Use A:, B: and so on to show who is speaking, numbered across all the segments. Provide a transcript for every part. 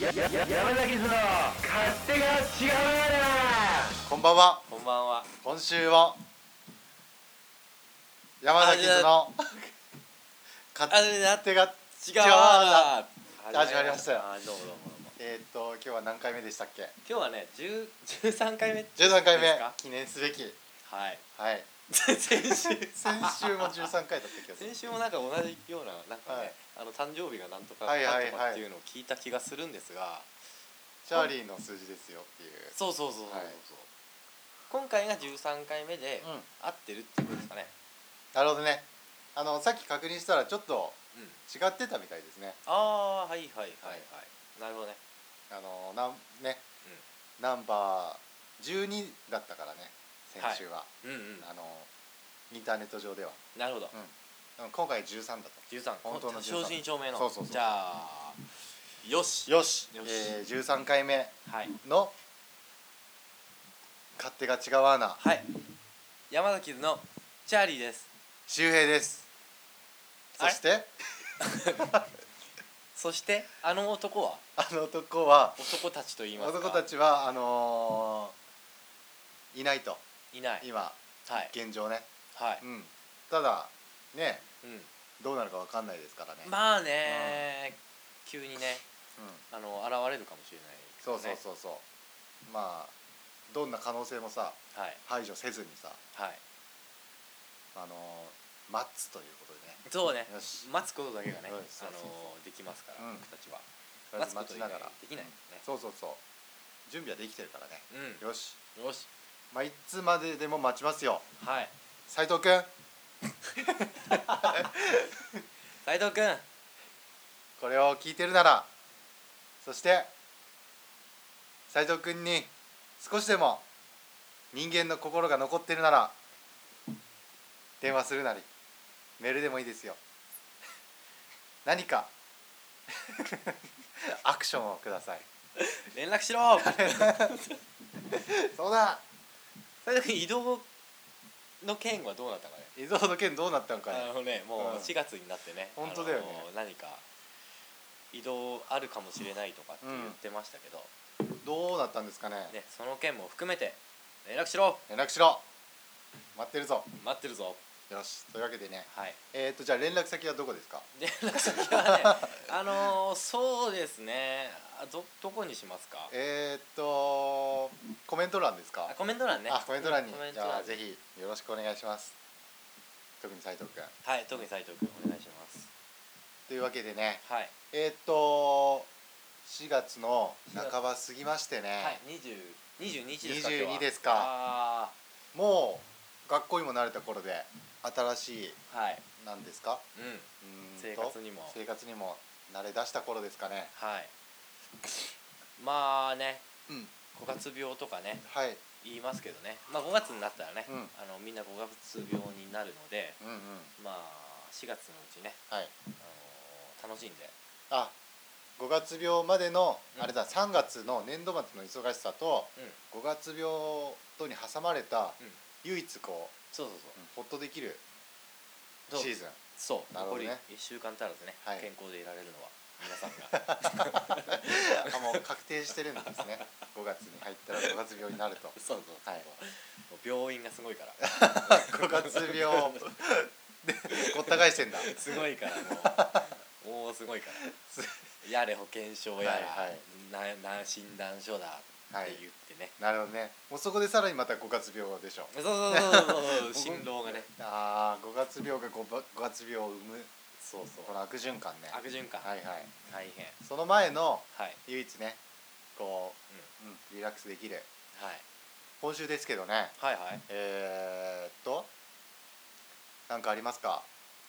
A: ややや山崎の勝手が違う
B: こんばんは
C: こんばんは。
B: 今週も山崎図の勝
C: あれな
B: 手が
C: 違う
B: う
C: わ
B: わ
C: ー。
B: 始まりましたよ
C: あーどうもどうもどうも。
B: えーっと今日は何回目でしたっけ
C: 今日はね、十十三回目。
B: 13回目
C: ですか
B: 記念すべき
C: はい。
B: はい
C: 先週
B: 先週も13回だった気がする
C: 先週もなんか同じようななんか
B: は
C: ね
B: い、
C: あの誕生日がなんとかか
B: はいはいは
C: ん
B: い
C: とかっていうのを聞いた気がするんですが、
B: チャーリーの数字ですよっていう
C: そうそうそうそう
B: はい
C: そう。今回が十三回目で
B: うん
C: 合ってるってことですかね。
B: なるほどねあのさっき確認したらちょっと
C: うん。
B: 違ってたみたいですね
C: ああーはいはいはいはい。なるほどね。
B: あのなんね、ナンバー12だったからね先週は、
C: うんうん。
B: あのインターネット上では、
C: なるほど。
B: うん、今回13だと
C: 十三。
B: 本当の13
C: 正真正銘の。
B: そうそうそう
C: じゃあよし。
B: よし
C: よし
B: えー、13回目
C: はい。
B: の「勝手が違うわな
C: はい。山崎のチャーリーです。」
B: 周平です
C: あ
B: そ
C: れ
B: して
C: そしてあの男は
B: あの男は
C: 男たちと言いますか。
B: 男たちはあのーいないと
C: いない。
B: 今
C: はい
B: 現状ね、
C: はい。
B: うん、ただね
C: う
B: どうなるかわかんないですからね、
C: ん。まあね、急にね
B: うん、
C: あの現れるかもしれない、
B: そうそう
C: う。
B: そうそう、まあどんな可能性もさ
C: はい
B: 排除せずにさ
C: はい。
B: あのー待つということでね
C: そうね。
B: よし
C: 待つことだけがね、あ
B: う
C: の
B: んそうそうそう
C: できますから、
B: うん
C: 僕たちは。
B: とりあえず
C: 待
B: 待
C: つこ
B: ち
C: と
B: ながら
C: できないね。
B: そうそうそう準備はできてるからね
C: う
B: よし
C: ん。よし。
B: まあいつまででも待ちますよ
C: はい。
B: 斉藤君
C: 斉藤君。
B: これを聞いてるならそして斉藤君に少しでも人間の心が残ってるなら電話するなりメールでもいいですよ何 かアクションをください
C: 連絡 しろ。
B: そうだ
C: 斉藤君移動の件はどうなったかね。
B: 伊蔵の件どうなったのかね
C: あのねもううん4月になってね、
B: 本当だよね
C: あの何か移動あるかもしれないとかって言ってましたけど、
B: どうなったんですかね
C: ね、その件も含めて連絡しろ
B: 連絡しろ待ってるぞ
C: 待ってるぞ
B: よしというわけでね
C: はい
B: えっ、ー、とじゃあ連絡先はどこですか
C: 連絡先は ねあのーそうですねあどどこにしますか
B: えー、っとコメント欄ですか
C: あコメント欄ね
B: あコメント欄に
C: うんコメン
B: じ
C: ト欄
B: ゃあぜひよろしくお願いします特に斉藤君
C: はい特に斉藤君お願いします
B: というわけでね
C: はい、
B: えー、っと4月の半ば過ぎましてね、
C: はい、20 22日ですか今日は
B: 22ですか
C: あ
B: もう学校にも慣れた頃で新しい
C: ーはい
B: なんですか
C: うん
B: うーん
C: 生
B: と
C: 活にも
B: 生活にも慣れ出した頃ですかね
C: はいまあね
B: うん
C: 五月病とかね
B: はい、うん
C: 言いますけどね、まあ、5月になったらね、
B: うん
C: あのみんな5月病になるので、
B: うん
C: まあ、4月のうちね、
B: はい
C: あのー楽しんで
B: あ5月病までの
C: うん
B: あれだ3月の年度末の忙しさと
C: うん
B: 5月病とに挟まれた
C: うん
B: 唯一こ
C: そうそう
B: うホッとできる
C: そう
B: シーズン
C: そうそう、
B: なるほど
C: 残り
B: ね
C: 1週間足らずね、
B: はい
C: 健康でいられるのは皆さん が
B: あもう確定してるんですね 5月に入ったら5月病になると
C: そうそう
B: はい
C: もう病院がすご いから
B: 5月病でごった返してんだ
C: すごいからもうもうすごいからやれ保険証やら、
B: はい
C: なな診断書だ
B: は
C: っ
B: い
C: て言ってね、
B: なるほどねもうそこでさらにまた5月病でしょ
C: そうそうそうそうそう
B: 僕
C: 心労がね
B: ああ5月病が 5, 月病を生む
C: そうそう
B: この悪循環ね
C: 悪循環、
B: はいはい
C: 大変
B: その前の
C: はい
B: 唯一ねこう、うんリラックスできる
C: はい
B: 今週ですけどね
C: はいはい
B: えー、っとなんかありますか、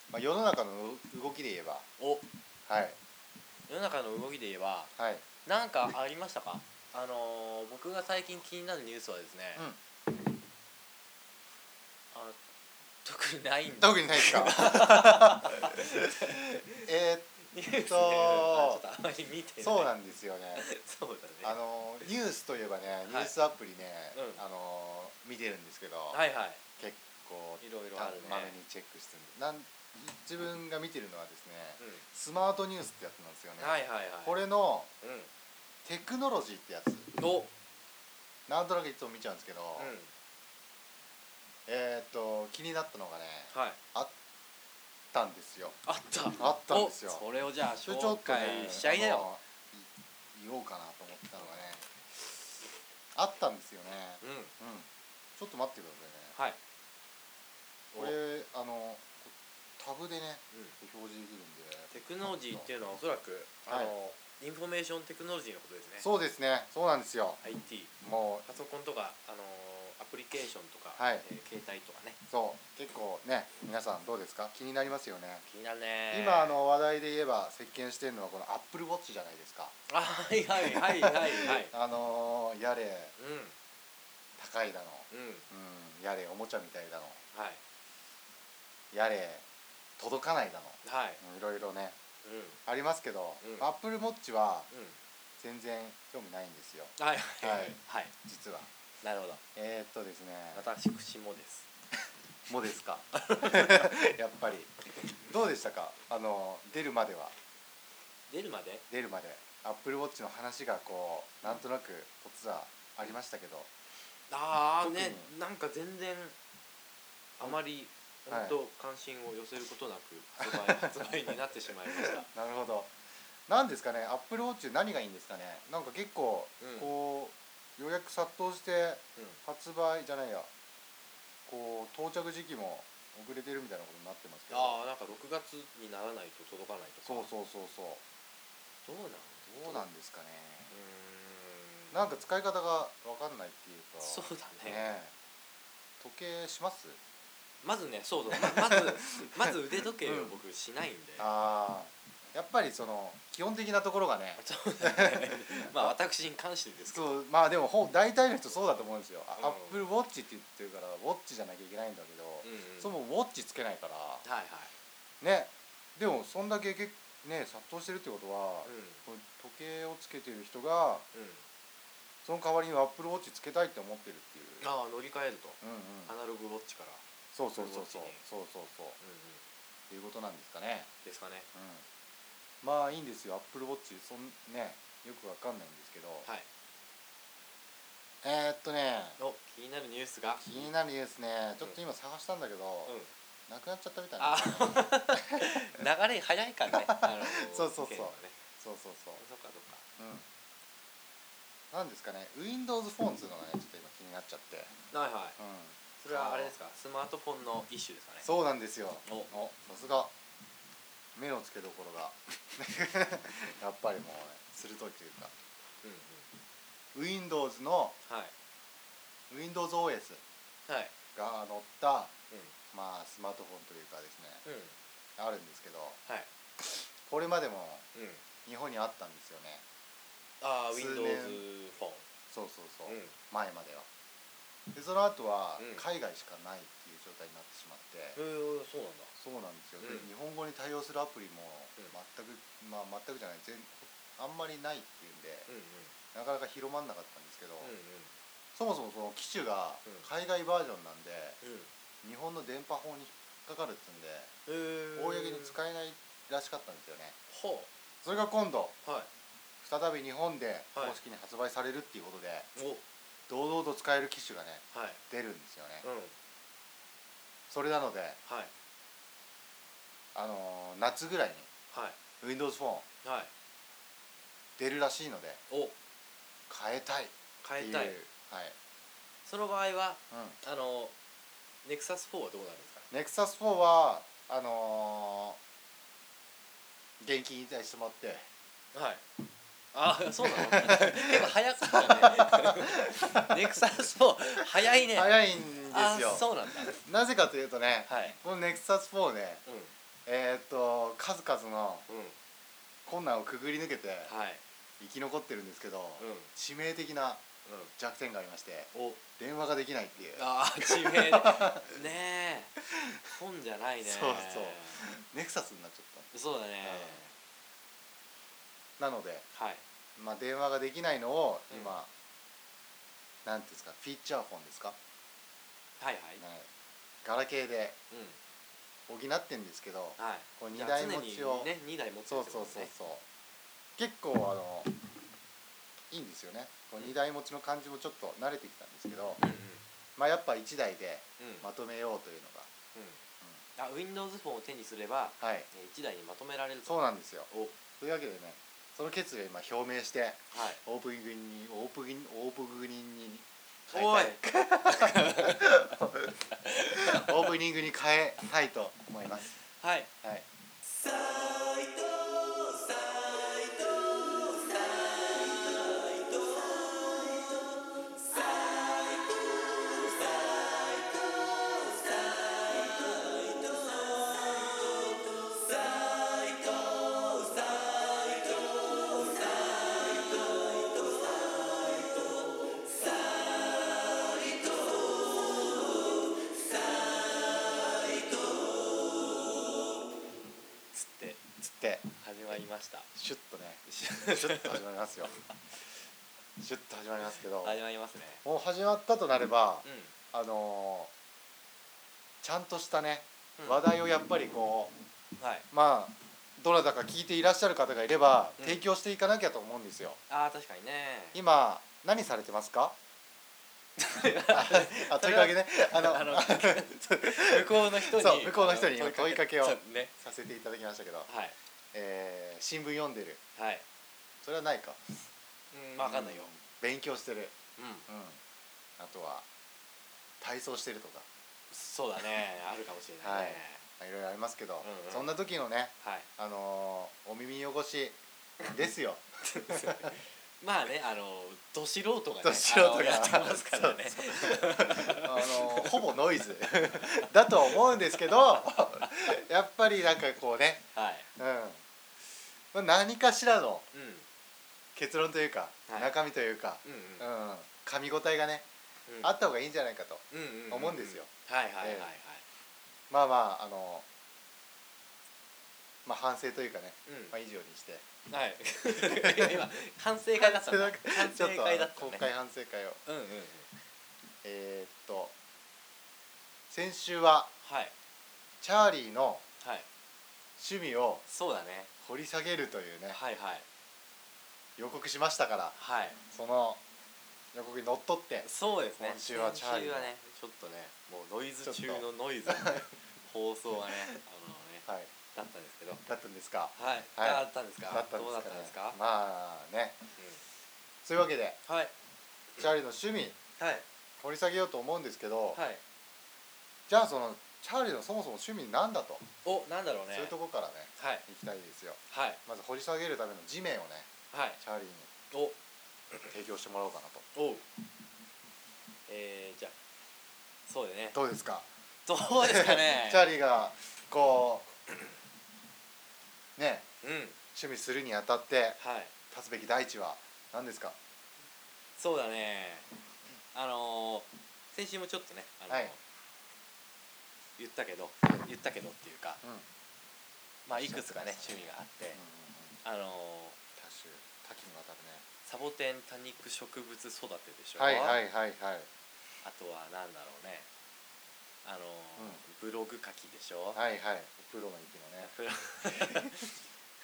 B: まあ、世の中の動きで言えば
C: お
B: はい
C: 世の中の動きで言えば
B: はい
C: 何かありましたかあのー僕が最近気になるニュースはですね、
B: うん
C: あの特にないんだ
B: 特にないですか え
C: ニュースね
B: そう
C: あちょっとあまり見て
B: ー
C: ない
B: そうな
C: だ
B: んですよね
C: そうだ
B: あ
C: ね
B: のニュースといえばねニュースアプリね、
C: うん
B: あの見てるんですけど、
C: はいはい
B: 結構
C: いろいろ
B: た
C: あるね
B: まめにチェックしてるんでなん自分が見てるのはですね
C: うん
B: スマートニュースってやつなんですよね、
C: はいはいはい
B: これの
C: うん
B: テクノロジーってやつ
C: お、うん、
B: なんとなくいつも見ちゃうんですけど、えーっと気になったのがね
C: はい
B: あったんですよ
C: あった
B: あったんですよ
C: おそれをじゃあ
B: それちょ
C: 紹
B: っとね
C: 介しちゃい
B: あ
C: なよ
B: のい言おうかなと思ってたのがねあったんですよね
C: うん
B: うんちょっと待ってくださいね
C: はい
B: これあのタブでね
C: うん
B: 表示できるんで
C: テクノロジーっていうのはおそらくあ
B: はい
C: の、インフォメーションテクノロジーのことですね
B: そうですねそうなんですよ
C: IT
B: も
C: パソコンとか、あのアプリケーションとか、
B: はい
C: えー携帯とかね
B: うそう結構ね皆さんどうですか気になりますよね
C: 気になるね
B: 今あの話題で言えば席巻してるのはこのアップルウォッチじゃないですか
C: あはいはいはいはいはい
B: あのーやれ
C: う
B: 高いだの、
C: んうん
B: うん、やれおもちゃみたいだの
C: はい
B: やれ届かないだの
C: はい
B: うんいろいろね
C: うん
B: ありますけど、
C: うん
B: アップルウォッチは
C: う
B: 全然興味ないんですよ
C: んはい
B: は
C: はいいはい
B: 実は
C: なるほど
B: えー、っとですね
C: 私もです
B: もですか やっぱりどうでしたかあの出るまでは
C: 出るまで
B: 出るまでアップルウォッチの話がこうなんとなく突然ありましたけど
C: ああ
B: 特に
C: ねなんか全然あまり
B: はい
C: 本当関心を寄せることなく発売発売になってしまいま した
B: なるほどなんですかねアップルウォッチ何がいいんですかねなんか結構
C: うん
B: こう、予約殺到して
C: うん
B: 発売じゃないやこう到着時期も遅れてるみたいなことになってますけど
C: ああなんか6月にならないと届かないとか
B: そうそうそうそう
C: どうなん
B: どうなんですかね
C: うーん
B: なんか使い方が分かんないっていうか
C: そうだ
B: ね
C: ね
B: え時計します
C: まずねそうそうまま ずまず腕時計を僕しないんで、
B: ああやっぱりその基本的なところがね
C: そうだねまあ私に関してですけど
B: そうまあでもほん大体の人そうだと思うんですよ、あ
C: うん
B: アップルウォッチって言ってるからウォッチじゃなきゃいけないんだけど、
C: うんうん
B: そもウォッチつけないから
C: はいはい
B: ねでもそんだけけね殺到してるってことは、
C: う
B: この時計をつけてる人が
C: んうん
B: その代わりにアップルウォッチつけたいって思ってるっていう
C: ああ乗り換えると
B: うんうん
C: アナログウォッチから、
B: そうそうそうそう
C: Apple Watch に
B: そうそうそう
C: うんうん、
B: っていうことなんですかね
C: ですかね
B: うんまあいいんですよアップルウォッチそんねよくわかんないんですけど、
C: はい
B: えー、っとね
C: お気になるニュースが
B: 気になるニュースねちょっと今探したんだけど、
C: う
B: なくなっちゃったみたい
C: ん、
B: な
C: あ ー流れ早いからねあの
B: そうそうそう
C: 意見がね
B: そうそうそう
C: そっかそっか
B: うんなんですかね Windows フォンズのがねちょっと今気になっちゃって、
C: はいはい
B: うん、
C: それはあれですかスマートフォンの一種ですかね
B: そうなんですよ
C: お
B: おさすが目の付けどころが やっぱりもう、ね、鋭いというか
C: うんうん
B: Windows の
C: はい
B: WindowsOS
C: はい
B: が載った
C: う
B: まあスマートフォンというかですね
C: んうん
B: あるんですけど
C: はい
B: これまでも
C: うん
B: 日本にあったんですよね
C: ああ
B: 数
C: Windows
B: 年
C: フォン
B: そうそうそう、
C: うん
B: 前まではでその後は
C: うん
B: 海外しかないっていう状態になってしまって、
C: へえそうなんだ
B: そうなんですよ、で
C: うん
B: 日本語に対応するアプリも
C: うん
B: 全く、まあ全くじゃない全あんまりないっていうんで、
C: うんうん
B: なかなか広まんなかったんですけど、
C: う
B: そもそもその機種が
C: うん
B: 海外バージョンなんで、
C: んうん
B: 日本の電波法に引っかかるって
C: へえ
B: うんで、公に使えないらしかったんですよね
C: ほ
B: それが今度
C: うはい
B: 再び日本で
C: はい
B: 公式に発売されるっていうことで、
C: お
B: 堂々と使える機種がね
C: はい
B: 出るんですよね、
C: うん
B: それなので、
C: はい
B: あのー夏ぐらいに
C: はい
B: Windows フォン
C: はい
B: 出るらしいので
C: お
B: 変えたいって
C: 変
B: い
C: え
B: う
C: たい
B: はい
C: その場合は
B: うん
C: あのネクサス4はどうなるんですか
B: ネクサス4はあのー現金引退してもらって
C: はい。あ、そうなの。結構早かったね。ネクサス4早いね。い
B: 早いんですよ
C: あ、そうなんだ。
B: なぜかというとね
C: はい。
B: このネクサス4ね
C: う
B: えー、っと数々の
C: ん。うん。
B: 困難をくぐり抜けて
C: はい。
B: 生き残ってるんですけど、
C: うん。うん。
B: 致命的な弱点がありまして
C: お、
B: 電話ができないっていう
C: あー、地名ね。ねえ。本じゃないね。
B: そうネクサスになっちゃっ
C: そう。だね。
B: たなので、
C: はい。
B: まあ、電話ができないのを今、
C: う
B: なんていうんですかフィーチャーフォンですか、
C: はいはい。
B: ねガラケーで
C: う
B: 補ってんですけど
C: ん。はい。
B: こう二
C: じゃあ
B: 台持ちを
C: 常にね、二台持つって
B: そう
C: こ
B: そう
C: と
B: そう
C: ね。
B: そう結構あのいいんですよねこの2台持ちの感じもちょっと慣れてきたんですけど、
C: うんうん
B: まあ、やっぱ1台で
C: うん
B: まとめようというの
C: あ Windows フォンを手にすれば
B: がはい
C: えー一台にまとめられると
B: そうなんですよ
C: おはい
B: というわけでねその決意を今表明してオープニングにオープニングオープニングに
C: おい
B: オープニングに変えたいと思います
C: はい
B: はい
C: つって
B: つって
C: 始まりま した
B: シュッとねシュシュッと始まりますよシュッと始まりますけど
C: 始まりますね
B: もう始まったとなれば
C: うん
B: あのーちゃんとしたね
C: うん
B: 話題をやっぱりこ
C: はいう
B: まあどなたか聞いていらっしゃる方がいれば
C: うん
B: 提供していかなきゃと思うんですよ
C: あー確かにね
B: 今何されてますか あ問いかけねあの
C: あの向こうの人に
B: そう向こうの人に
C: あ
B: 問いかけを
C: そうね
B: させていただきましたけど、
C: はい
B: えー新聞読んでる
C: はい
B: それはないか
C: うんまあ分かんないよ
B: 勉強してる、
C: うん
B: うん、あとは体操してるとか
C: そうだねあるかもしれないね
B: まあいろいろありますけど、
C: うんうん
B: そんな時のね、
C: はい
B: あのーお耳汚しですよ
C: まあねあのど素人がね
B: ど素人が
C: あのやってますか らね
B: あのーほぼノイズだとは思うんですけどやっぱりなんかこうね、
C: はい
B: うんまあ、何かしらの
C: うん
B: 結論というか、
C: はい
B: 中身というか、
C: うん
B: うん、噛み応えがね、
C: うん
B: あった方がいいんじゃないかと
C: うん
B: 思うんですよ
C: はいはいはいはい
B: えまあまああのまあ反省というかね、
C: うん
B: まあ、以上にして
C: はい 今反省会だったんだ反
B: ちょ
C: 省
B: っと
C: 会だった
B: 公
C: ね
B: 開反省会を
C: うんうんうん
B: えーっと先週は
C: はい
B: チャーリーの
C: はい
B: 趣味を
C: そうだね
B: 掘り下げるというね
C: はいはい
B: 予告しましたから
C: はい
B: その予告にのっとって
C: そうですね
B: 今週はチャーリー
C: 先週
B: の
C: はねちょっとねもうノイズ中
B: ちょっと
C: のノイズのね放送がねあのね
B: はい
C: だったんですけど
B: だったんですか
C: はい
B: はい
C: だったんですか
B: だったん
C: どうだったん
B: で
C: ですす
B: か
C: か
B: ねまあねそういうわけで
C: うんはい
B: チャーリーの趣味
C: はい
B: 掘り下げようと思うんですけど
C: はい
B: じゃあそのチャーリーのそもそも趣味なんだと
C: おなんだろうね
B: そういうとこからね
C: はい
B: 行きたいですよ
C: はい
B: まず掘り下げるための地面をね
C: はい
B: チャーリーに
C: お
B: 提供してもらおうかなと
C: おうえー、じゃあそうだね
B: どうですか
C: どうですかね
B: チャーリーがこうね
C: うん
B: 趣味するにあたって
C: はい
B: 立つべき第一は何ですか
C: そうだねあのー、先週もちょっとね、あの
B: は
C: ー
B: い
C: 言ったけど言ったけどっていうか
B: うん、うん
C: まあいくつかね趣味があって、あのー、
B: 多種多岐にわたるね
C: サボテン多肉植物育てでしょ、
B: はいはいはいはい
C: あとはなんだろうねあのーブログ書きでしょ、
B: はいはいプロの域のね
C: ブロ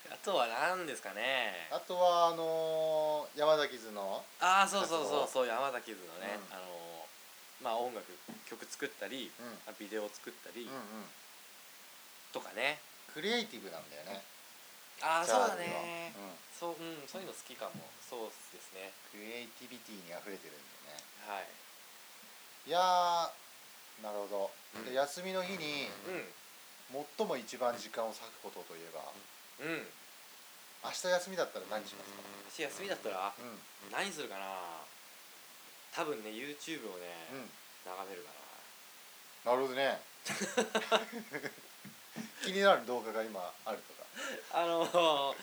C: あとは何ですかね
B: あとはあのー山崎図の
C: ああそうそうそうそう山崎図の
B: う
C: ね、
B: ん
C: あのーまあ音楽曲作ったり
B: うん
C: あビデオ作ったり
B: うんうん
C: とかね、
B: クリエイティブなんだよね
C: ああ
B: チ
C: そう
B: ャ
C: だ
B: ーリーは
C: ね
B: うん
C: そううんそういうの好きかもそうですね
B: クリエイティビティに溢れてるんだよね
C: はい
B: いやーなるほど
C: う
B: で
C: ん
B: 休みの日に最も一番時間を割くことといえば
C: うんうん
B: 明日休みだったら何しますか
C: 私休みだったら
B: うん
C: 何するかな多分ね YouTube をね、
B: うん
C: 眺めるか
B: なるほどね 気になる動画が今あるとか
C: なあのー、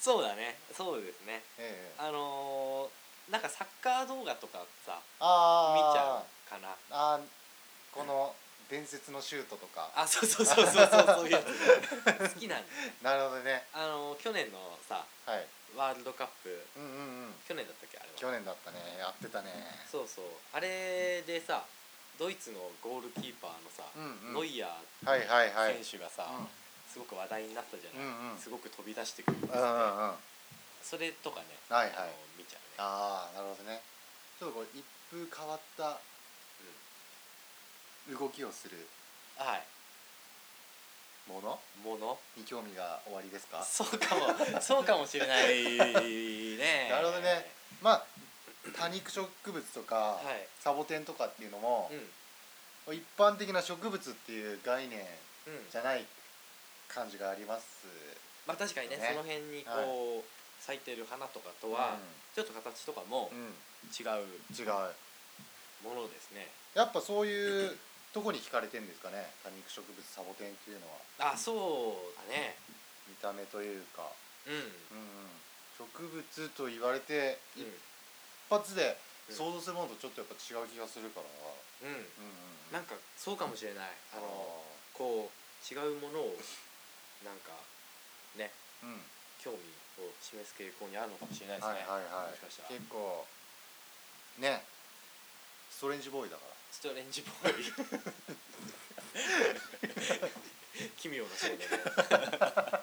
C: そうだねそうですね
B: ええ
C: あのー、なんかサッカー動画とかさ見
B: ああ
C: ちゃうかな
B: あーこの伝説のシュートとか
C: あそうそうそうそうそうそういうやつ好きなんだ
B: なるほどね
C: あの去年のさ
B: はい
C: ワールドカップ
B: うんうんうん
C: 去年だったっけあれは
B: 去年だったねやってたね
C: そうそうあれでさドイツのゴールキーパーのさ、
B: うんうん
C: ノイヤ
B: はいはいはい
C: ー選手がさ、
B: うん
C: すごく話題になったじゃな
B: う
C: い、
B: んうん
C: すごく飛び出してくるんです
B: うんうんうん
C: それとかね
B: はいはい
C: あの見ちゃうね
B: ああなるほどねちょっとこれ一風変わった動きをする
C: はい
B: もの
C: もの
B: に興味がおありですか
C: そうかもそうかもしれない ね
B: なるほどねまあ多肉植物とか、
C: はい
B: サボテンとかっていうのも
C: う、ん
B: 一般的な植物っていう概念
C: うん
B: じゃない感じがあります
C: まあ確かにね
B: ね
C: その辺に
B: はい
C: こう咲いてる花とかとはちょっと形とかも
B: うん、うん、
C: 違う
B: 違う
C: ものですね
B: やっぱそういうとこに惹かれてんですかね多肉植物サボテンっていうのは
C: あそうだね
B: 見た目というか、
C: う
B: うんうん、植物と言われて
C: ん
B: 一発で
C: うん
B: 想像するものとちょっとやっぱ違う気がするから
C: うんうん
B: うんうん
C: なんかそうかもしれないあのこう違うものをなんかね
B: うん
C: 興味を示す傾向にあるのかもしれないです
B: はい
C: ね
B: はいは
C: もしかした
B: い
C: ら
B: 結構ねストレンジボーイだか
C: ストレンジボーイ 奇妙な少年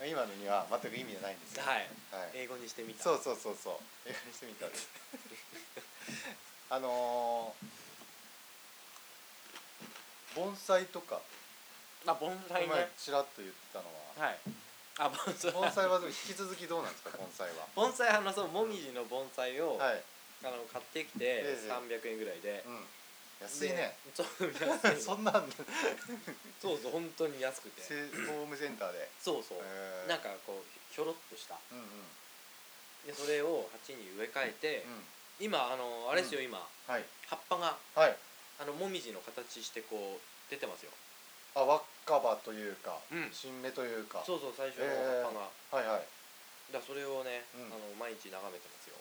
B: ら今のには全く意味がないんですよ
C: はい
B: はい
C: 英語にしてみた
B: そうそうそうそう映画にしてみたあのー、盆栽とか
C: あ盆
B: この
C: 栽ね
B: 前ちらっと言ってたのは
C: はいあ盆栽
B: 盆栽はどう引き続きどうなんですか盆栽は
C: 盆栽あのそうもみじの盆栽を、
B: はい、
C: あの買ってき
B: え
C: て
B: え
C: 300円ぐらいで
B: うん、安いね
C: でそう安 い
B: そんなん
C: そうそう本当に安くて
B: せホームセンターで
C: そうそう、
B: えー
C: なんかこうひょろっとした
B: うんうん
C: でそれを鉢に植え替えて、
B: うん
C: 今あのあれですよ、今
B: はい
C: 葉っぱが
B: はい
C: あのもみじの形してこう出てますよ
B: あ若葉というか、
C: うん
B: 新芽というか
C: そうそう最初の
B: え
C: 葉っぱが、
B: ーはいはい
C: だからそれをね、
B: うん
C: あの毎日眺めてますよ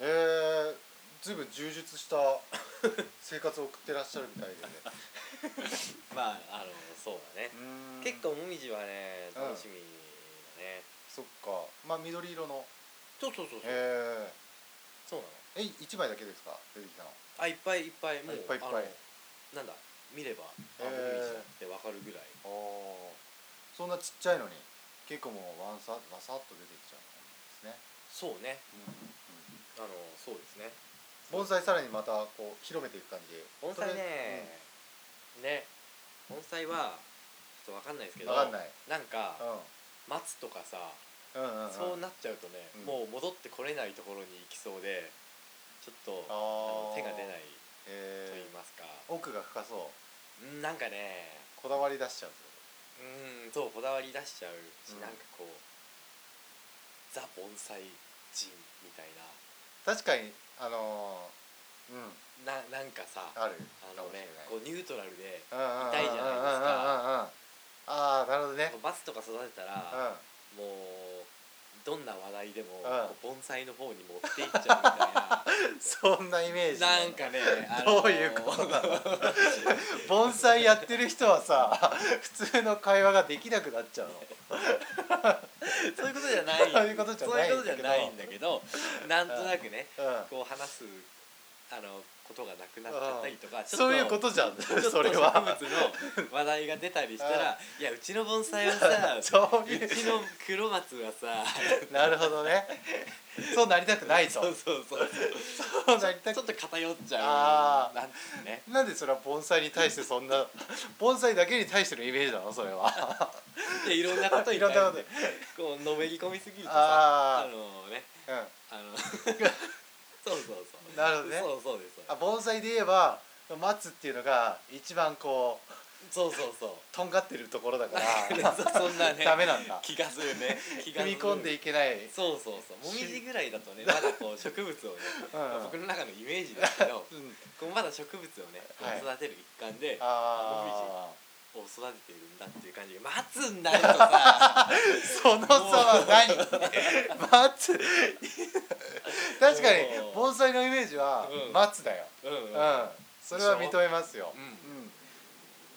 B: えー、ずいぶん充実した生活を送ってらっしゃるみたいで、ね、
C: まああのそうだね
B: う、ーん
C: 結構もみじはね
B: うん
C: 楽しみだね、
B: そっかまあ緑色の
C: そうそうそうそう、
B: へ
C: そうなの
B: ええ一枚だけですか出てきたの
C: あいっぱいいっぱいもう
B: いっぱいいっぱい
C: あのなんだ見ればあ
B: へー
C: もみじだってわかるぐらい
B: おーそんなちっちゃいのに結構もうワンサワサッと出てきちゃうんですね、
C: そうね
B: うんうん
C: あのそうですね
B: うん、盆栽さらにまたこう広めていく感じ
C: 盆栽
B: それ
C: ね、ね盆栽はちょっとわかんないですけ
B: うん
C: ど
B: わかんない、
C: なんか
B: う
C: 松とかさ
B: ん、うんうんうん
C: そうなっちゃうとね、
B: うん
C: もう戻ってこれないところに行きそうでちょっとあ
B: あ
C: の
B: ー
C: 手が出ないと
B: へ
C: 言い
B: え
C: ますか、
B: 奥が深そう
C: うんなんかね
B: こだわり出しちゃう
C: うんそうこだわり出しちゃうし、
B: うん
C: なんかこうザ盆栽人みたい
B: 確かにあのー、うん
C: なななんかさあ
B: ある
C: のねこうニュートラルで
B: 痛
C: 痛いじゃないです
B: かああなるほどね
C: バスとか育てた
B: う
C: ら、
B: ん
C: もうどんな話題でも、
B: うん
C: こう盆栽の方に持っていっちゃう
B: そんな イメー
C: み
B: ジ
C: たいななんかねあの
B: どういうことなの 盆栽やってる人はさ 普通の会話ができなくなっちゃうの
C: そういうことじゃない
B: そういうことじゃない
C: そういうことじゃないんだけどなんとなくね
B: うん
C: こう話すあのことがなくなっちゃったりとかちょっと
B: そういうことじゃん
C: ちょっと
B: それは
C: 植物の話題が出たりし たら「いやうちの盆栽はさ
B: そういう
C: うちの黒松はさ
B: なるほどね そうなりたくないと
C: そうそうそう
B: そうなりた
C: ちょ
B: く
C: っと偏っちゃ
B: あ
C: う
B: ー
C: なんていうね
B: なんでそれは盆栽に対してそんな盆栽だけに対してのイメージなのそれは
C: でいろんなことに
B: いろんなこと
C: 対してこうのめり込みすぎるとさ
B: あ
C: あのね
B: うん
C: あの そうそうそう
B: なるほどね
C: そうそうです
B: あ盆栽で言えば松っていうのが一番こう
C: そうそうそう
B: とんがってるところだから
C: そそんな ね
B: ダメなんだ
C: 気がするね気が
B: 踏み込んでいけない
C: そうそうそうもみじぐらいだとねま だこう植物をね
B: うん
C: 僕の中のイメージですけど
B: うん
C: こうまだ植物をね
B: はい
C: 育てる一環で
B: あ
C: を育てているんだっていう感じが待つんだよとさ
B: ーその差は何松確かに
C: もう
B: 盆栽のイメージは
C: うん
B: 松だよ、
C: うんうん
B: うん、それは認めますよ、
C: う
B: うんん、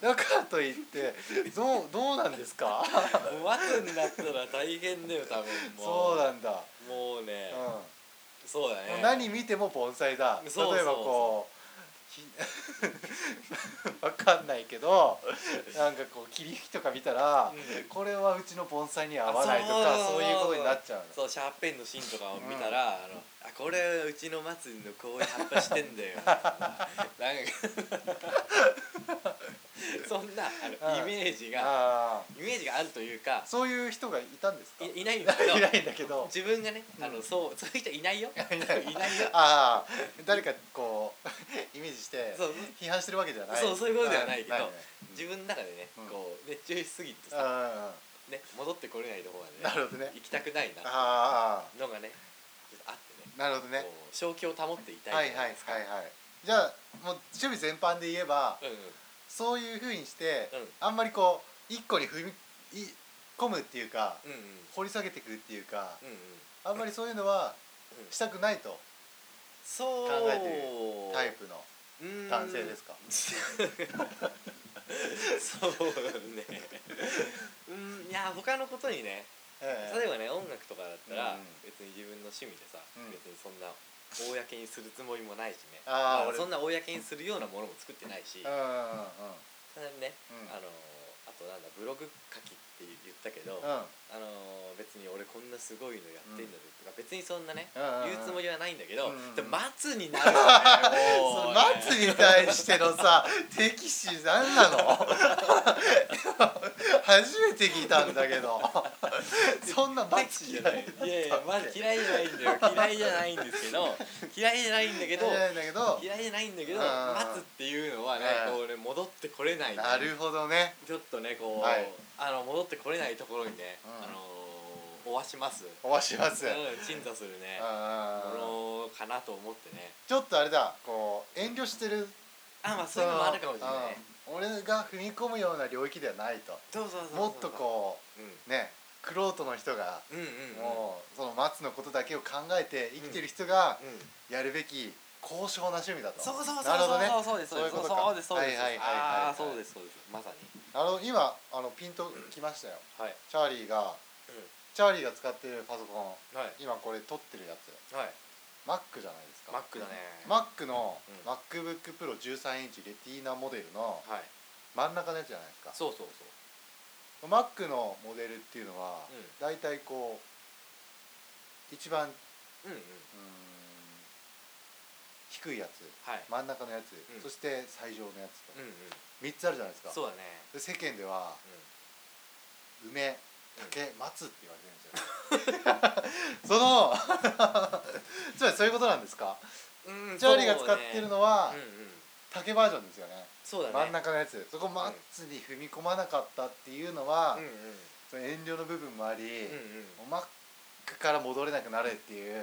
B: だからといってどうどうなんです か
C: もう待つんだったら大変だよ多分も
B: そううなんだ、
C: もう
B: う
C: ね
B: ん
C: そうだね
B: 何見ても盆栽だ
C: そうそうそう
B: 例えばこう わかんないけどなんかこう切り引きとか見たら、
C: うん
B: これはうちの盆栽には合わないとかそういうことになっちゃうの
C: そうシャーペンの芯とかを見たら、あのあこれうちの松のこういう葉っぱしてんだよ なんか そんなあ
B: う
C: のイ
B: ん
C: メージが
B: あ
C: イメージがあるというか
B: ーそういう人がいたんですか
C: いいないんだけど
B: いないんだけど
C: 自分がねあの、そうそういう人いない よいないよ
B: ああ誰かこ うイメージして
C: そう
B: 批判してるわけじゃない
C: そうそういうことではないけど
B: ね
C: 自分の中でね、
B: うん
C: こう熱中しすぎ
B: う
C: て
B: んう
C: さ、
B: ん
C: ね、戻ってこれないとこ
B: な
C: まで、
B: る
C: ね、
B: ほどね
C: 行きたくないな
B: あ
C: のがねちょっとあってね
B: あなるほどね
C: こう正気を保っていた
B: はい
C: いじ
B: はいは
C: ゃな
B: いい
C: ですか
B: はいじゃあもう趣味全般で言えば
C: うんうん
B: そういうふうにして、
C: うん
B: あんまりこう一個に踏みい込むっていうか
C: うんうん
B: 掘り下げてくるっていうか
C: うんうん
B: あんまりそういうのは
C: うん
B: したくないと
C: そう
B: 考えタイプの
C: プ
B: 男性ですか
C: そうねうんいや他のことにね
B: ええ
C: 例えばね音楽とかだったら、
B: うん
C: 別に自分の趣味でさ、
B: うん
C: 別にそんな公にするつもりもないしね
B: あー
C: ま
B: 俺
C: そんな公にするようなものも作ってないし、
B: うんうん
C: それでね、
B: うん
C: あのあとなんだブログ書きって言ったけど、
B: うんうん
C: あの別に俺こんなすごいのやってんだとか、別にそんなね、
B: うんうんうん
C: 言うつもりはないんだけ
B: う
C: ど、
B: んうん
C: でも松になるよね もうね
B: 松に対してのさ敵視何なの初めて聞いたんだけどそんな松
C: 嫌いいやいや、まず嫌いじゃないんだよ嫌いじゃないんですけど嫌いじゃないんだけど
B: 嫌いだけど
C: 嫌いじゃないんだけど
B: うん
C: 待つっていうのはね
B: うん
C: こうね戻ってこれないね
B: なるほどね
C: ちょっとねこ
B: はいう
C: あの戻ってこれないところにね
B: うん
C: あのーおわします
B: おわします、
C: うん
B: うんうんうん
C: 鎮座するねものかなと思ってね
B: ちょっとあれだこう遠慮してる
C: あまあそういうのもあるかもしれない
B: うん俺が踏み込むような領域ではないと
C: そうそうそうそう
B: もっとこうねクロートの人が
C: うんうんうんうん
B: もうその松のことだけを考えて生きてる人が
C: うん
B: やるべき高尚な趣味だと
C: そうそうそうそ
B: なるほどね
C: うそうですそう
B: そういう
C: で
B: こ
C: す
B: とか
C: そうですそう
B: はい
C: です
B: はいはいはい
C: ああそうですそうですまさに
B: あの今あのピンときましたよ
C: はい
B: チャーリーが
C: う
B: チャーリーが使ってるパソコン
C: んはい
B: 今これ撮ってるやつ
C: はい
B: Mac じゃないですか
C: マックだね
B: Mac の
C: うん
B: MacBookPro13 インチレティーナモデルの
C: はい
B: 真ん中のやつじゃないですか
C: そうそうそう
B: Mac のモデルっていうのは
C: うん
B: 大体こう一番うーん
C: うんうん
B: 低いやつ
C: はい
B: 真ん中のやつ、
C: うん
B: そして最上のやつ
C: うんうん
B: と3つあるじゃないですか
C: そうだね
B: で世間では梅竹松って言わ れてるんじゃないそのつまりそういうことなんですか
C: うんうん
B: チャーリーが使ってるのは
C: そうだねうんうん
B: 竹バージョンですよね
C: そうだね
B: 真ん中のやつそこ松に踏み込まなかったっていうのは
C: うんうん
B: その遠慮の部分もあり、
C: うんうん
B: もうマックから戻れなくなれっていう
C: うん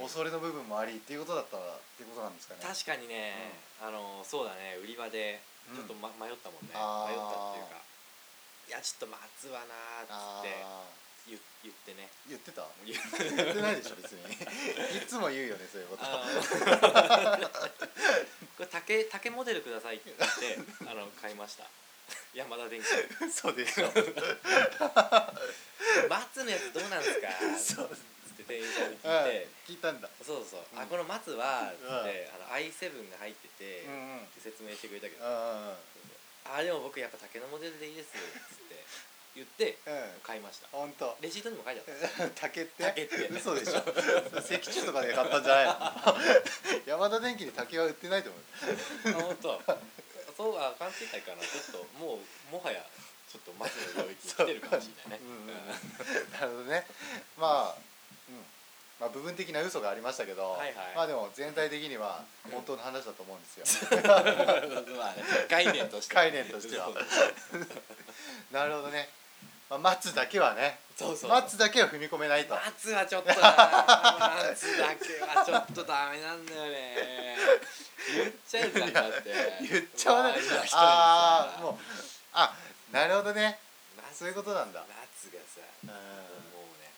C: うん
B: 恐れの部分もありっていうことだったらっていうことなんですかね
C: 確かにねあのそうだね売り場で
B: うん
C: ちょっとま迷ったもんね迷
B: あー
C: ったっていうかいやちょっと松はなーっつって
B: あ
C: 言言ってね
B: ー言ってた
C: 言う
B: 言ってないでしょ別にいつも言うよねそう いうこと
C: あのこれ竹竹モデルくださいって言ってあの買いました山田電機
B: そうで しょ
C: 松のやつどうなんですか
B: そう
C: って店員さんに
B: うん
C: 聞いて
B: 聞いたんだ
C: そうそう、
B: う
C: あ
B: ん
C: この松はって、
B: うん
C: あの i7 が入ってて、
B: うんうん
C: って説明してくれたけど、
B: うん
C: あでも僕やっぱ竹のモデルでいいですっつって 言って
B: うん
C: 買いました
B: 本当。
C: レシートにも書いてあった
B: 竹って
C: 竹って
B: 嘘でしょ石柱とかで買ったんじゃない の山田電機で竹は売ってないと思う
C: あ本当そうあ勘違いかなちょっともうもはやちょっと松の領域に来てるかもしれないね
B: うんうんなるほどねまあ、うん、まあ部分的な嘘がありましたけど、
C: はいはい
B: まあでも全体的には本当の話だと思うんですよ
C: まあね概念として
B: 概念としてはなるほどね、まあ、松だけはね
C: そうそう
B: 松だけは踏み込めないと
C: 松は ちょっとな松だけはちょっとダメなんだよね言っちゃうじゃんだって
B: 言っちゃわない
C: 周りの人にさ
B: ああもうあなるほどね
C: 松
B: そういうことなんだ
C: 松がさ
B: うん、
C: もうね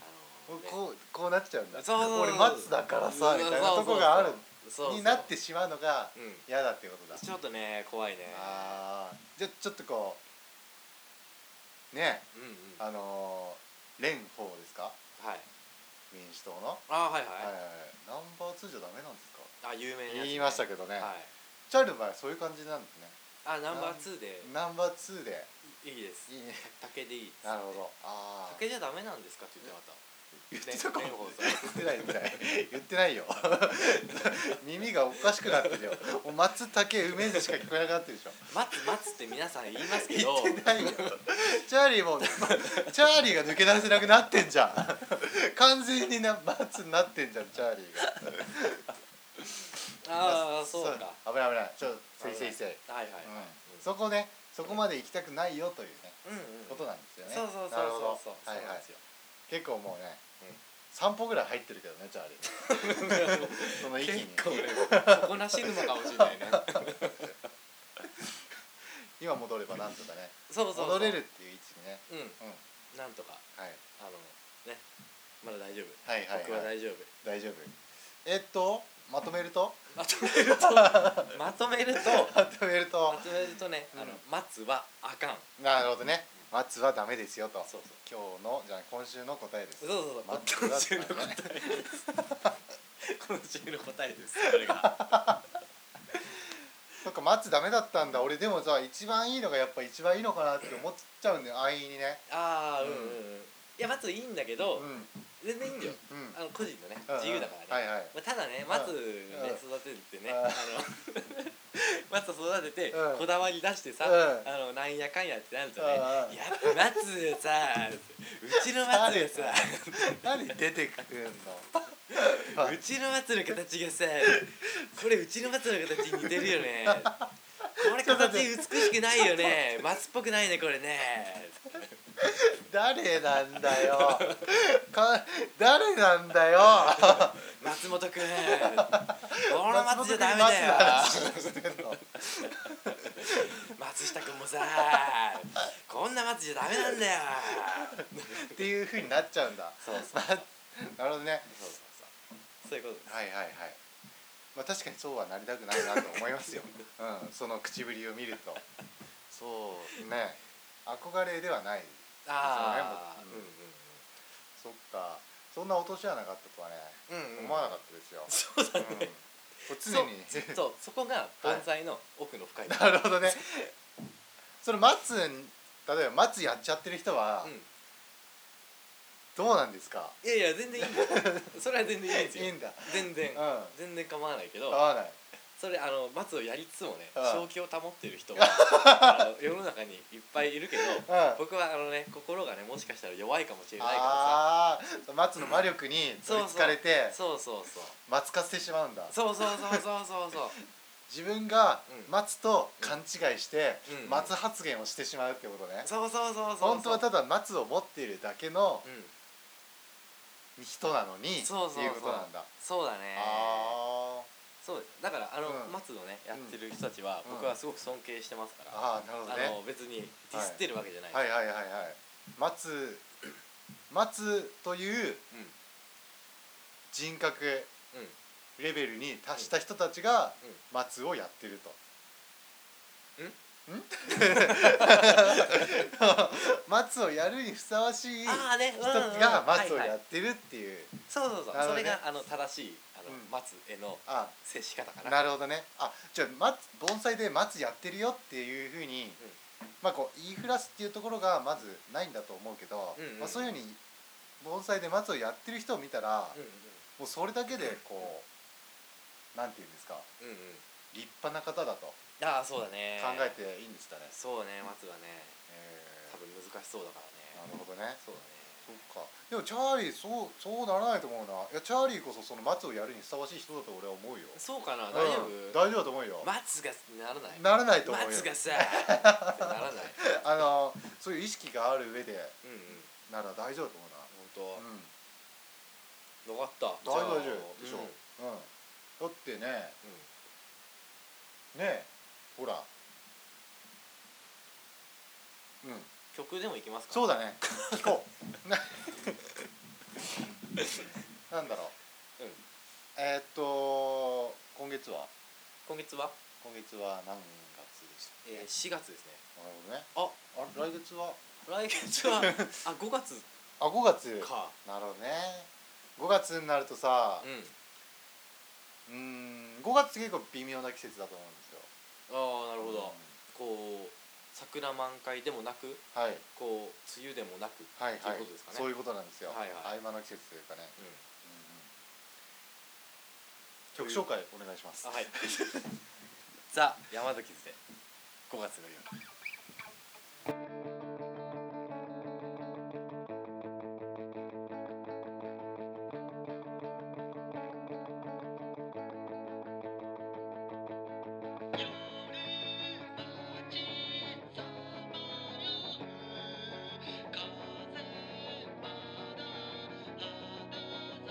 C: あのね
B: こうこうなっちゃうんだ
C: そうそうそう
B: 俺松だからさみたいなとこがある
C: そうそうそう
B: になってしまうのが
C: うん
B: 嫌だっていうことだ
C: ちょっとね怖いね
B: あーじゃあちょっとこうね
C: うんうん
B: あのー蓮舫ですか
C: はい
B: 民主党の、
C: あはい
B: はいは
C: は
B: い
C: い、
B: ナンバー2じゃダメなんですか
C: あ有名なやつね
B: 言いましたけどね、
C: はい
B: チャイルの場合はそういう感じなんですね
C: あナンバー2で
B: ナンバー2で
C: いいです
B: いいね
C: 竹でいいです
B: なるほどああ
C: 竹じゃダメなんですかって言ってなかっ
B: 言ったてたかも
C: ね蓮
B: 言っ
C: 舫
B: てない言ってない言ってないよ 耳がおかしくなってるよもう松竹梅津しか聞こえなくなってるでしょ
C: さん待つ待つって皆さん言いますけ
B: 言
C: ど
B: ってないよチャーリーもチャーリーが抜け出せなくなってんじゃ ん完全にな松になってんじゃんチャーリーが
C: ああそうか
B: 危ない危ないちょっとせいせいせい、うん、
C: はいはい
B: そこねそこまで行きたくないよというね
C: うんうん
B: ことなんですよね
C: そうそうそう
B: なるほど
C: そうそう
B: はい
C: そうな
B: は
C: ん
B: い
C: ですよ
B: 結構もうね、
C: うん
B: 散歩ぐらい入ってるけどねチャーリ ーその域に
C: 結構ね底なし沼かもしれないね
B: 今戻ればなんとかね
C: そうそうそう
B: 戻れるっていう位置にね、
C: うん
B: うん
C: なんとか
B: はい、
C: あのねまだ大丈夫
B: はいはい
C: 僕は
B: はい
C: 大丈夫
B: 大丈夫えっとまとめると
C: まとめ るとまとめると
B: まとめると
C: まとめるとねあの
B: うん
C: 待つはあかん
B: なるほどね松はダメですよと
C: そう
B: 今日のじゃあ今週の答えです
C: そうそうそう
B: ま
C: そう今週の答え今週の答えですそれが
B: そっか松ダメだったんだ俺でもさ一番いいのがやっぱ一番いいのかなって思っちゃうんだよ安易にね
C: ああうん
B: う
C: うんんうんいや待ついいんだけど
B: うん
C: 全然いいんだよ
B: うん
C: あの個人のね
B: うん
C: 自由だからね
B: はいはい
C: まあ、ただね松をね
B: う
C: 育てててね、
B: うん
C: あの 松を育てて
B: うん
C: こだわり出してさ、
B: うん
C: あのなんやかんやってなるとね
B: うんう
C: 「
B: ん
C: いや松さうちの松さ
B: 何出てくるの
C: うちの松の形がさこれうちの松の形に似てるよね」これ
B: ちょっと
C: 形
B: 待っ
C: 美しくないよね松っぽくないねこれね
B: 誰なんだよか誰なんだよ
C: 松本くんこの松じゃダメだよ松下くんもさこんな松じゃダメなんだよ
B: っていう風になっちゃうんだ
C: そうそう
B: なるほどね
C: そうそうそうそういうことです
B: はいはいはいまあ確かにそうはなりたくないなと思いますよ、うん、その口ぶりを見るとそうね憧れではない
C: ああ
B: そうねそっかそんな落とし穴があったとはね、
C: うんうんうん
B: 思わなかったですよ、
C: そうだ
B: うん、
C: ね
B: こう常に
C: そうそうそこが盆栽の奥の深いとこ
B: なるほどねその松例えば松やっちゃってる人は
C: うん
B: どうなんですか、
C: いやいや全然いいんだよそれは全然いいんですよ
B: いいんだ
C: 全然
B: うん
C: 全然構わないけ
B: 合
C: ど
B: わない
C: それあの松をやりつつもね
B: うん
C: 正気を保ってる人はあ の世の中にいっぱいいるけど
B: うん
C: 僕はあのね心がねもしかしたら弱いかもしれないからさ
B: ああ松の魔力に取りつかれて
C: そうそうそう
B: 松化してしまうんだ
C: そうそうそうそうそうそう
B: 自分が
C: うん
B: 松と勘違いして
C: うん
B: 松発言をしてしまうってことね
C: そうそうそうそうそう
B: 本当はただ松を持っているだけの
C: うん
B: 人なのにっていう
C: そうそうそう
B: ことなんだ
C: そうだね
B: あー
C: そうですだからあの、
B: うん
C: 松のねやってる人たちは
B: うん
C: 僕はすごく尊敬してますから、
B: あーなるほど
C: あ
B: ね
C: の別にディスってるわけじゃない、
B: はいはいはいはい 松松という人格
C: うんうん
B: レベルに達した人たちが
C: うん
B: 松をやってると。
C: ん
B: ん 松をやるにふさわしい人
C: ああね、うんうんうん
B: が松を
C: はい
B: や
C: はい
B: ってるっていう。
C: そうそうそう、
B: なるほ
C: そ
B: どね
C: れがあの正しいあの、
B: うん
C: 松への
B: あ
C: 接し方かな
B: なるほどね。あじゃあ松盆栽で松やってるよっていうふうに、まあこう言いふらすっていうところがまずないんだと思うけど、
C: うんうんうん
B: まあ、そういうふうに盆栽で松をやってる人を見たら、
C: うん
B: もうそれだけでこうなんていうんですか
C: うんうんうん
B: 立派な方だと考
C: ああそうだね
B: えていいんですかね。
C: そうね松はね
B: え
C: 多分難しそうだか
B: ー
C: ら
B: な
C: ね
B: るほどね
C: そうだね
B: そっかでもチャーリーそうそうならないと思うないやチャーリーこそその松をやるにふさわしい人だと俺は思うよ
C: そうか
B: うん
C: な大丈夫、
B: 大丈夫だと思うよ、
C: 松がな
B: なら
C: らない
B: ないと思うよ
C: 松がさって ならない
B: あのそういう意識がある上で
C: うんうん
B: なら大丈夫だと思
C: 本当、
B: うなうん
C: 分かった
B: 大丈夫
C: じゃあ
B: でしょ
C: うん
B: うん、だってね
C: うん
B: ねほらうん
C: 曲でも行きますか
B: そうだね聞こう ななんだろう、
C: うん
B: えーっと今月は
C: 今月は、
B: 今月は何月でした
C: えー、4月ですね
B: なるほどね
C: あ
B: あ来月は
C: 来月はあ5月
B: あ5月
C: か
B: なるほどね5月になるとさ
C: うん
B: うーん5月結構微妙な季節だと思うんですよ
C: ああなるほどこう桜満開でもなく
B: はい
C: こう梅雨でもなく
B: はいはい
C: ということですかね
B: そういうことなんですよ、
C: はいはい
B: 合間の季節というかね、
C: うん
B: うん曲紹介お願いします
C: あ はいザ・山崎で5月の夜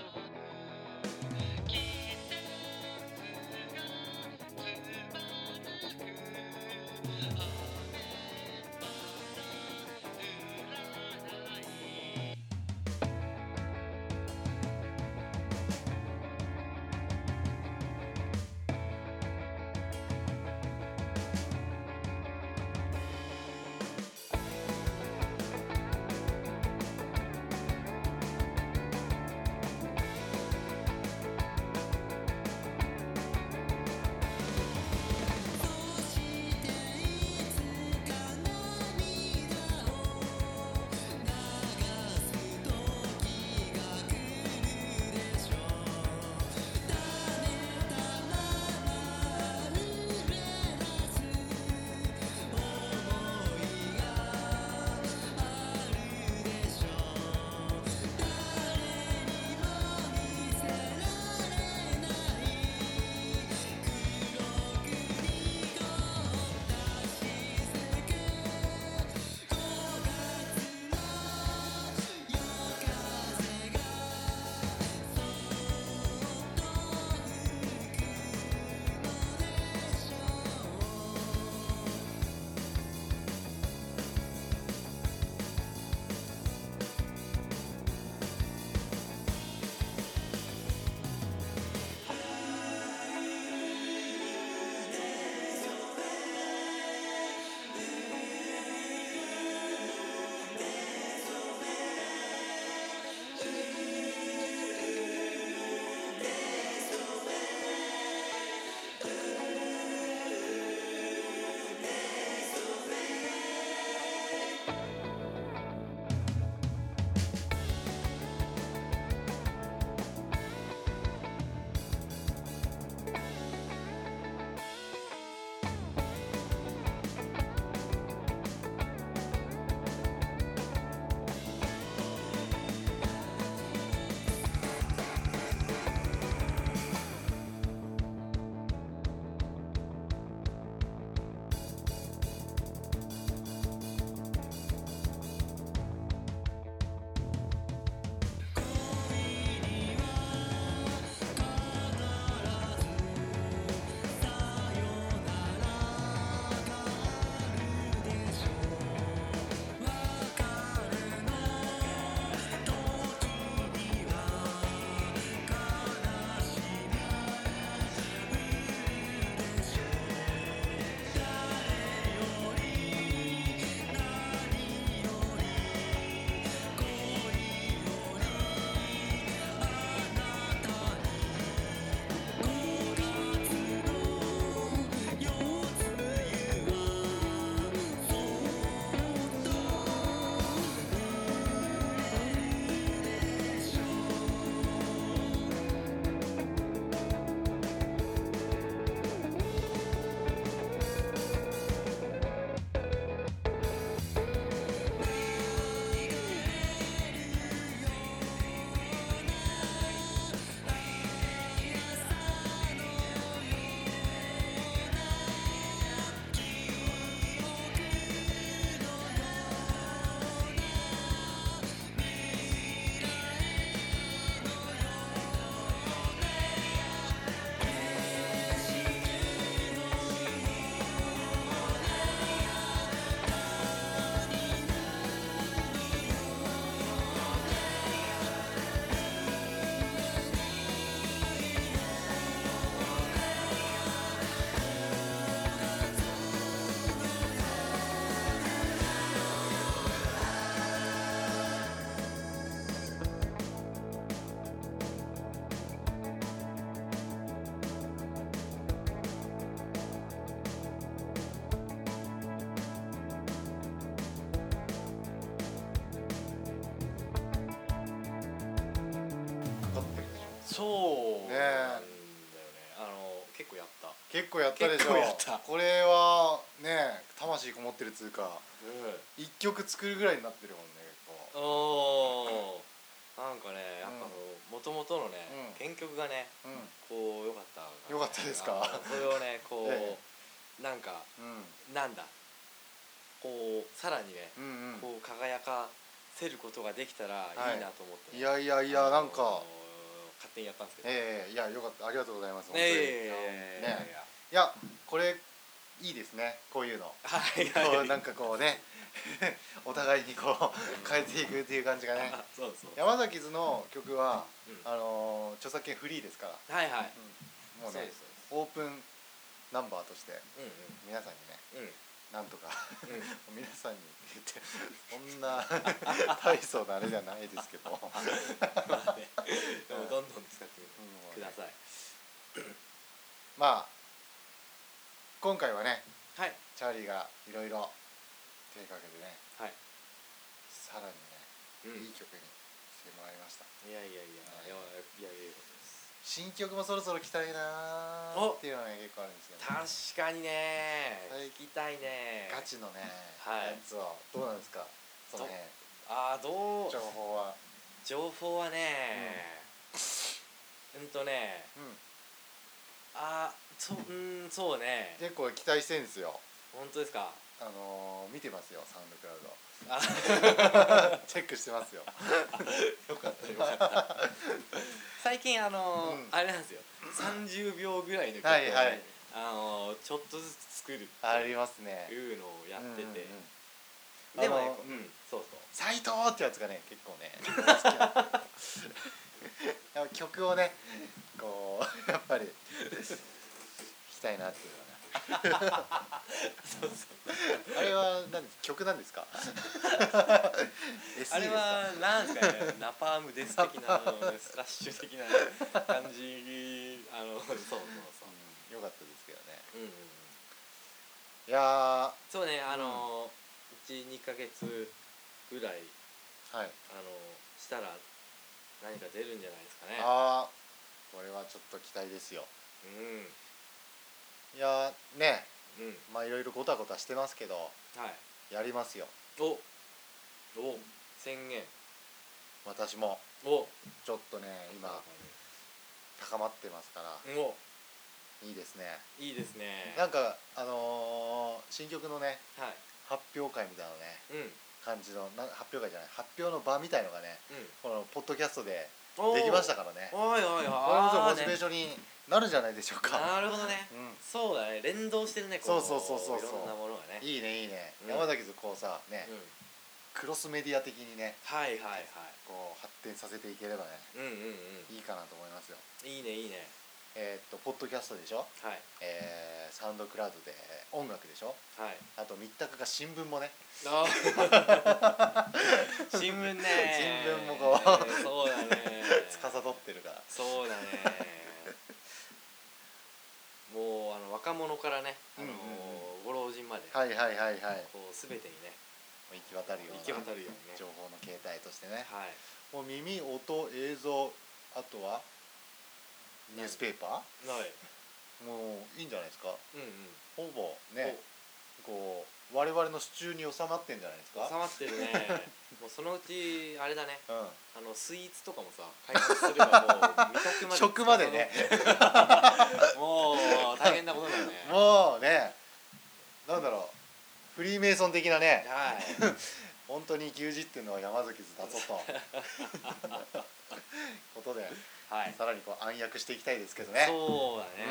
D: 「雨が降る」「雨が降る」「雨が降る」
B: ね
C: そうなんだよねあの結構やった、
B: 結構やったでし
C: 結
B: ょ
C: 構やった
B: これはね魂こもってるつうか
C: うん
B: 一曲作るぐらいになってるもんね結構
C: おおなんかねやっぱもともとのね、
B: う
C: 原曲がね
B: うん
C: こう良かったからね
B: 良かったですか
C: あのそれをね こう、
B: え
C: なんか
B: うん
C: なんだこうさらにね、
B: うんうん
C: こう輝かせることができたらいいなと思って、ね
B: いやいやいや
C: あの
B: なんか
C: 勝手にやったんですけど
B: ええいやよかったありがとうございます本当に
C: ねえ
B: ねいやこれいいですねこういうの
C: はいはい
B: こ
C: は
B: う
C: い
B: なんかこうね お互いにこう変えていくっていう感じがね
C: あそうそう
B: 山崎図の曲は、
C: うん
B: あのー著作権フリーですから、
C: はいはい
B: もう
C: そう
B: ね
C: ですそ
B: オ
C: うです
B: ープンナンバーとして
C: う
B: 皆さんにね
C: んうんうん
B: なんとか
C: うん
B: 皆さんに言ってそんな 大層なあれじゃないですけど、うん
C: まあねでもどんどん使ってください
B: まあ今回はね
C: はい
B: チャーリーがいろいろ手かけてね
C: はい、
B: さらにね、
C: うん、
B: いい曲にしてもらいました
C: いやいやいやいやいやいやいいことです
B: 新曲もそろそろ来たいなーっていうのが結構あるんですよね
C: 確かにね
B: はい
C: 聞きたいね
B: ガチのね、
C: は
B: や
C: い
B: つはどうなんですかその辺
C: ああどう
B: 情報は
C: 情報はねうんとね
B: うん
C: あそううんそうね
B: 結構期待してるんですよ
C: 本当ですか
B: あのー見てますよサウンドクラウ
C: あ
B: ド チェックしてますよ
C: よかったよかった最近あのー
B: うん
C: あれなんですよ30秒ぐらいの曲を、ね
B: はいはい
C: あのーちょっとずつ作るって
B: ありますね
C: いうのをやって
B: う
C: て、
B: んうんうん
C: でもね
B: あの
C: こううんそうそう
B: 斎藤ってやつがね結構ね 好きなんですよやっぱ曲をねこうや っぱりしたいなっていう
C: そうそう
B: のはねあれは何です曲なんですか SE
C: あれはなんですかねナパームです的なあのスラッシュ的な感じあの そうそう
B: です
C: そ
B: かうんよかったですけどね
C: う、うんうん、
B: いやーは
C: そうねあの12ヶ月ぐらい
B: い
C: あのしたら何か出るんじゃないですかね
B: あーこれはちょっと期待ですよいやーね
C: うんうん
B: まあいろいろごたごたしてますけど
C: はい
B: やりますよ
C: おお宣言
B: 私も
C: お
B: ちょっとね今高まってますから
C: お
B: いいですね
C: いいですね
B: なんかあのー新曲のね
C: は
B: 発表会みたいなのね
C: いうん
B: 感じのな発表会じゃない発表の場みたいのがねこのポッドキャストで
C: うん
B: できましたからねこ
C: おいおいおい
B: れもちょっと
C: あ
B: モ
C: ー
B: チベー
C: ね
B: ションになるんじゃないでしょうか、
C: なるほどね
B: う
C: そうだね連動してるねこの
B: そうそうそうそう
C: い
B: そう
C: ろんなものが
B: ん、
C: ね
B: いいねいいね、
C: うん
B: 山崎とこうさね、
C: うん
B: クロスメディア的にね
C: はいはいはい
B: こう発展させていければね
C: うんうんうん
B: いいかなと思いますよ
C: いいねいいね
B: えーっとポッドキャストでしょ、
C: はい
B: えーサウンドクラウドで音楽でしょ
C: はい
B: あと密託が新聞もね
C: あ 新聞ね
B: 新聞もこう
C: そうだね
B: 司ってるから
C: そうだねもうあの若者からね、あの
B: うんうん
C: ご老人まで、
B: はいはいはいはい
C: こう全てにね
B: 行き渡るような
C: 行き渡るようにね
B: 情報の形態としてね
C: はい
B: もう耳音映像あとはニュースペーパ
C: はい
B: ーもういいんじゃないですか
C: うんう
B: ほ
C: ん
B: ぼねこう我々の手中に収まってんじゃないです
C: お収
B: か
C: まっ てるねもうそのうちあれだね
B: う
C: あのスイーツとかも さ開発すればもう味覚ま
B: ん
C: で
B: 食までね
C: もう大変なこと だよね
B: もうねなんだろうフリーメイソン的なね
C: はい
B: 本当に牛耳っていうのは山崎図だぞ とことで
C: はい
B: さらにこう暗躍していきたいですけどね
C: そうだね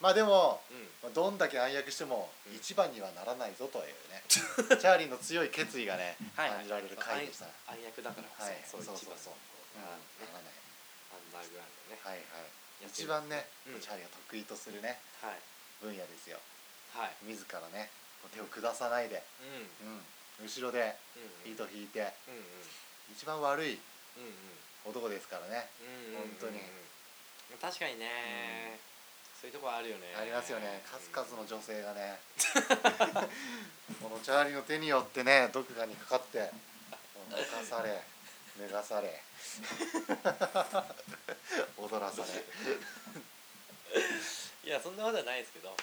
B: まあでも
C: うん
B: まあどんだけ暗躍しても
C: うん
B: 一番にはならないぞというね チャーリーの強い決意がね
C: はい
B: 感じられる回でしたね
C: 暗躍だからこ
B: はい
C: そ
B: そうう
C: 一
B: そう
C: 番
B: そううん
C: あ
B: な
C: の
B: らない
C: アンダーグラウンドね
B: はいはい
C: やって
B: 一
C: る
B: 番ね
C: うん
B: チャーリーが得意とするね
C: はい
B: 分野ですよ
C: はい
B: 自らね手を下さないで
C: うん
B: うん後ろで
C: うんうんうんうん
B: 糸引いて一番悪い男ですからね
C: うんうんうん
B: 本当に
C: 確かにねそういうとこあるよね
B: ありますよね数々の女性がね このチャーリーの手によってね毒ガにかかって犯され脱がされ 踊らされ
C: いやそんなことはないですけど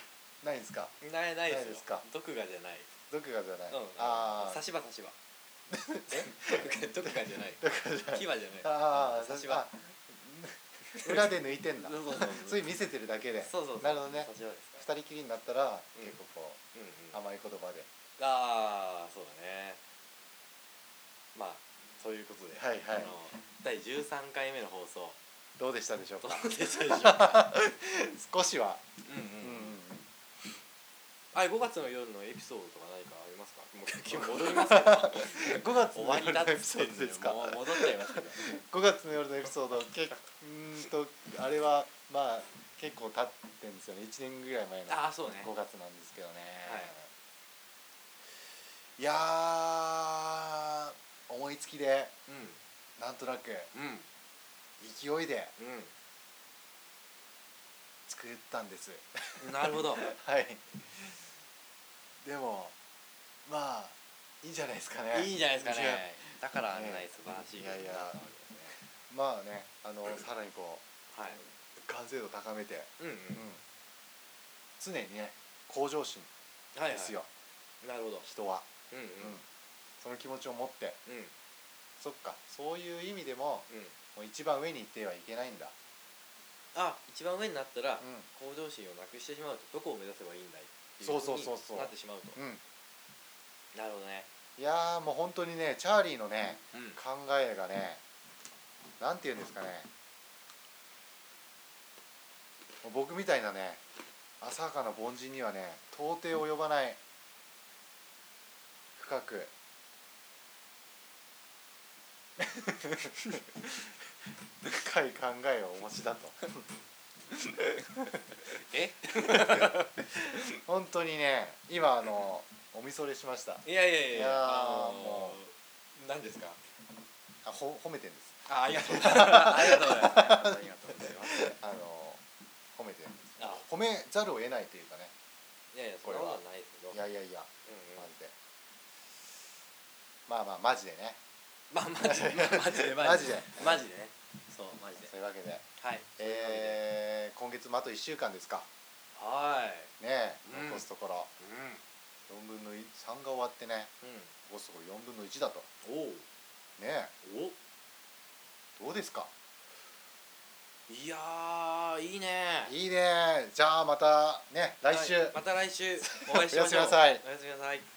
B: ないんですか
C: ないない
B: ない
C: ですよ
B: ですか
C: 毒がじゃない、
B: 毒がじゃない、
C: うん、
B: ああ
C: 差し歯 差し歯え毒が毒がじゃない
B: 毒がじゃない
C: 牙じゃない
B: ああ
C: 差
B: 私
C: し歯
B: は裏で抜いてんだ
C: そうそうそう
B: それ見せてるだけで
C: そうそうそう
B: なるほどね
C: 差し歯ですか
B: 二人きりになったら
C: うん
B: 結構こ
C: うんうん
B: う甘い言葉で
C: ああそうだねまあそういうことで、
B: はいはい
C: あの第13回目の放 送
B: どうでしたでしょう
C: ど
B: か
C: うでしたでしょうか
B: 少しは
C: う
B: う
C: んうんん、
B: うんうん
C: あ5月の夜のエピソードとか何かありますかもう結 局戻りますけど
B: 5月
C: 終
B: の
C: わり
B: 夜
C: だ
B: の
C: っ
B: エピ
C: つ
B: ソ
C: っ
B: ード
C: てんの
B: で
C: よ
B: すか
C: もう戻っちゃい ましたけど
B: 5月の夜のエピソードけうーんとあれはまあ結構経ってんですよね1年ぐらい前の
C: ああそうね
B: 5月なんですけどね、、
C: はい
B: やー思いつきで
C: う
B: なんとなく
C: んうん
B: 勢いで
C: う
B: 作ったんです
C: んなるほど
B: はいでもまあいいんじゃないですかね
C: いいんじゃないですか
B: 違う
C: ねだからあんなに素晴らしい
B: いやいや
C: 曲になったわ
B: まあねあのさらにこ
C: けはい、
B: う完成度高めて、
C: うんうん
B: うん、常にね向上心
C: はいはい
B: ですよ、
C: なるほど
B: 人は、
C: うんうん
B: うんその気持ちを持って
C: うん
B: そっかそういう意味でも
C: うん
B: もう一番上に行ってはいけないんだ
C: あ一番上になったら
B: うん
C: 向上心をなくしてしまうとどこを目指せばいいんだいってい
B: そうそうそうそう
C: ふになってしまうと
B: うん
C: なるほどね
B: いやーもう本当にねチャーリーのね
C: うん
B: 考えがねなんて言うんですかねもう僕みたいなね浅はかな凡人にはね到底及ばない深 く深い考えをお持ちだと
C: え
B: 本当にね今あのおみそれしました
C: いやいやいや
B: いやー
C: あのー
B: も
C: 何ですか
B: あほ褒めてんです
C: あありがとうござい ますありがとうございますありがとうございます
B: あの褒めてるんです
C: あ
B: 褒めざるを得ないというかね
C: いやいやそんなことはないですけど
B: いやいやいや
C: うん
B: マ
C: うん
B: ジでまあまあマジでね
C: まあマジでマジで
B: マジで
C: マジでねそうマジで
B: そういうわけで、
C: はい
B: えー今月もあと1週間ですか
C: は
B: ねえ
C: うん
B: 残すところ
C: いうん
B: 4分の3が終わってね残すところ4分の1だと
C: うんおう
B: ねえ
C: お
B: どうですか
C: いやーいいね
B: いいねじゃあまたね来週、
C: はいまた来週お会いし
B: お
C: ましょう
B: やすみなさい
C: おやすみなさい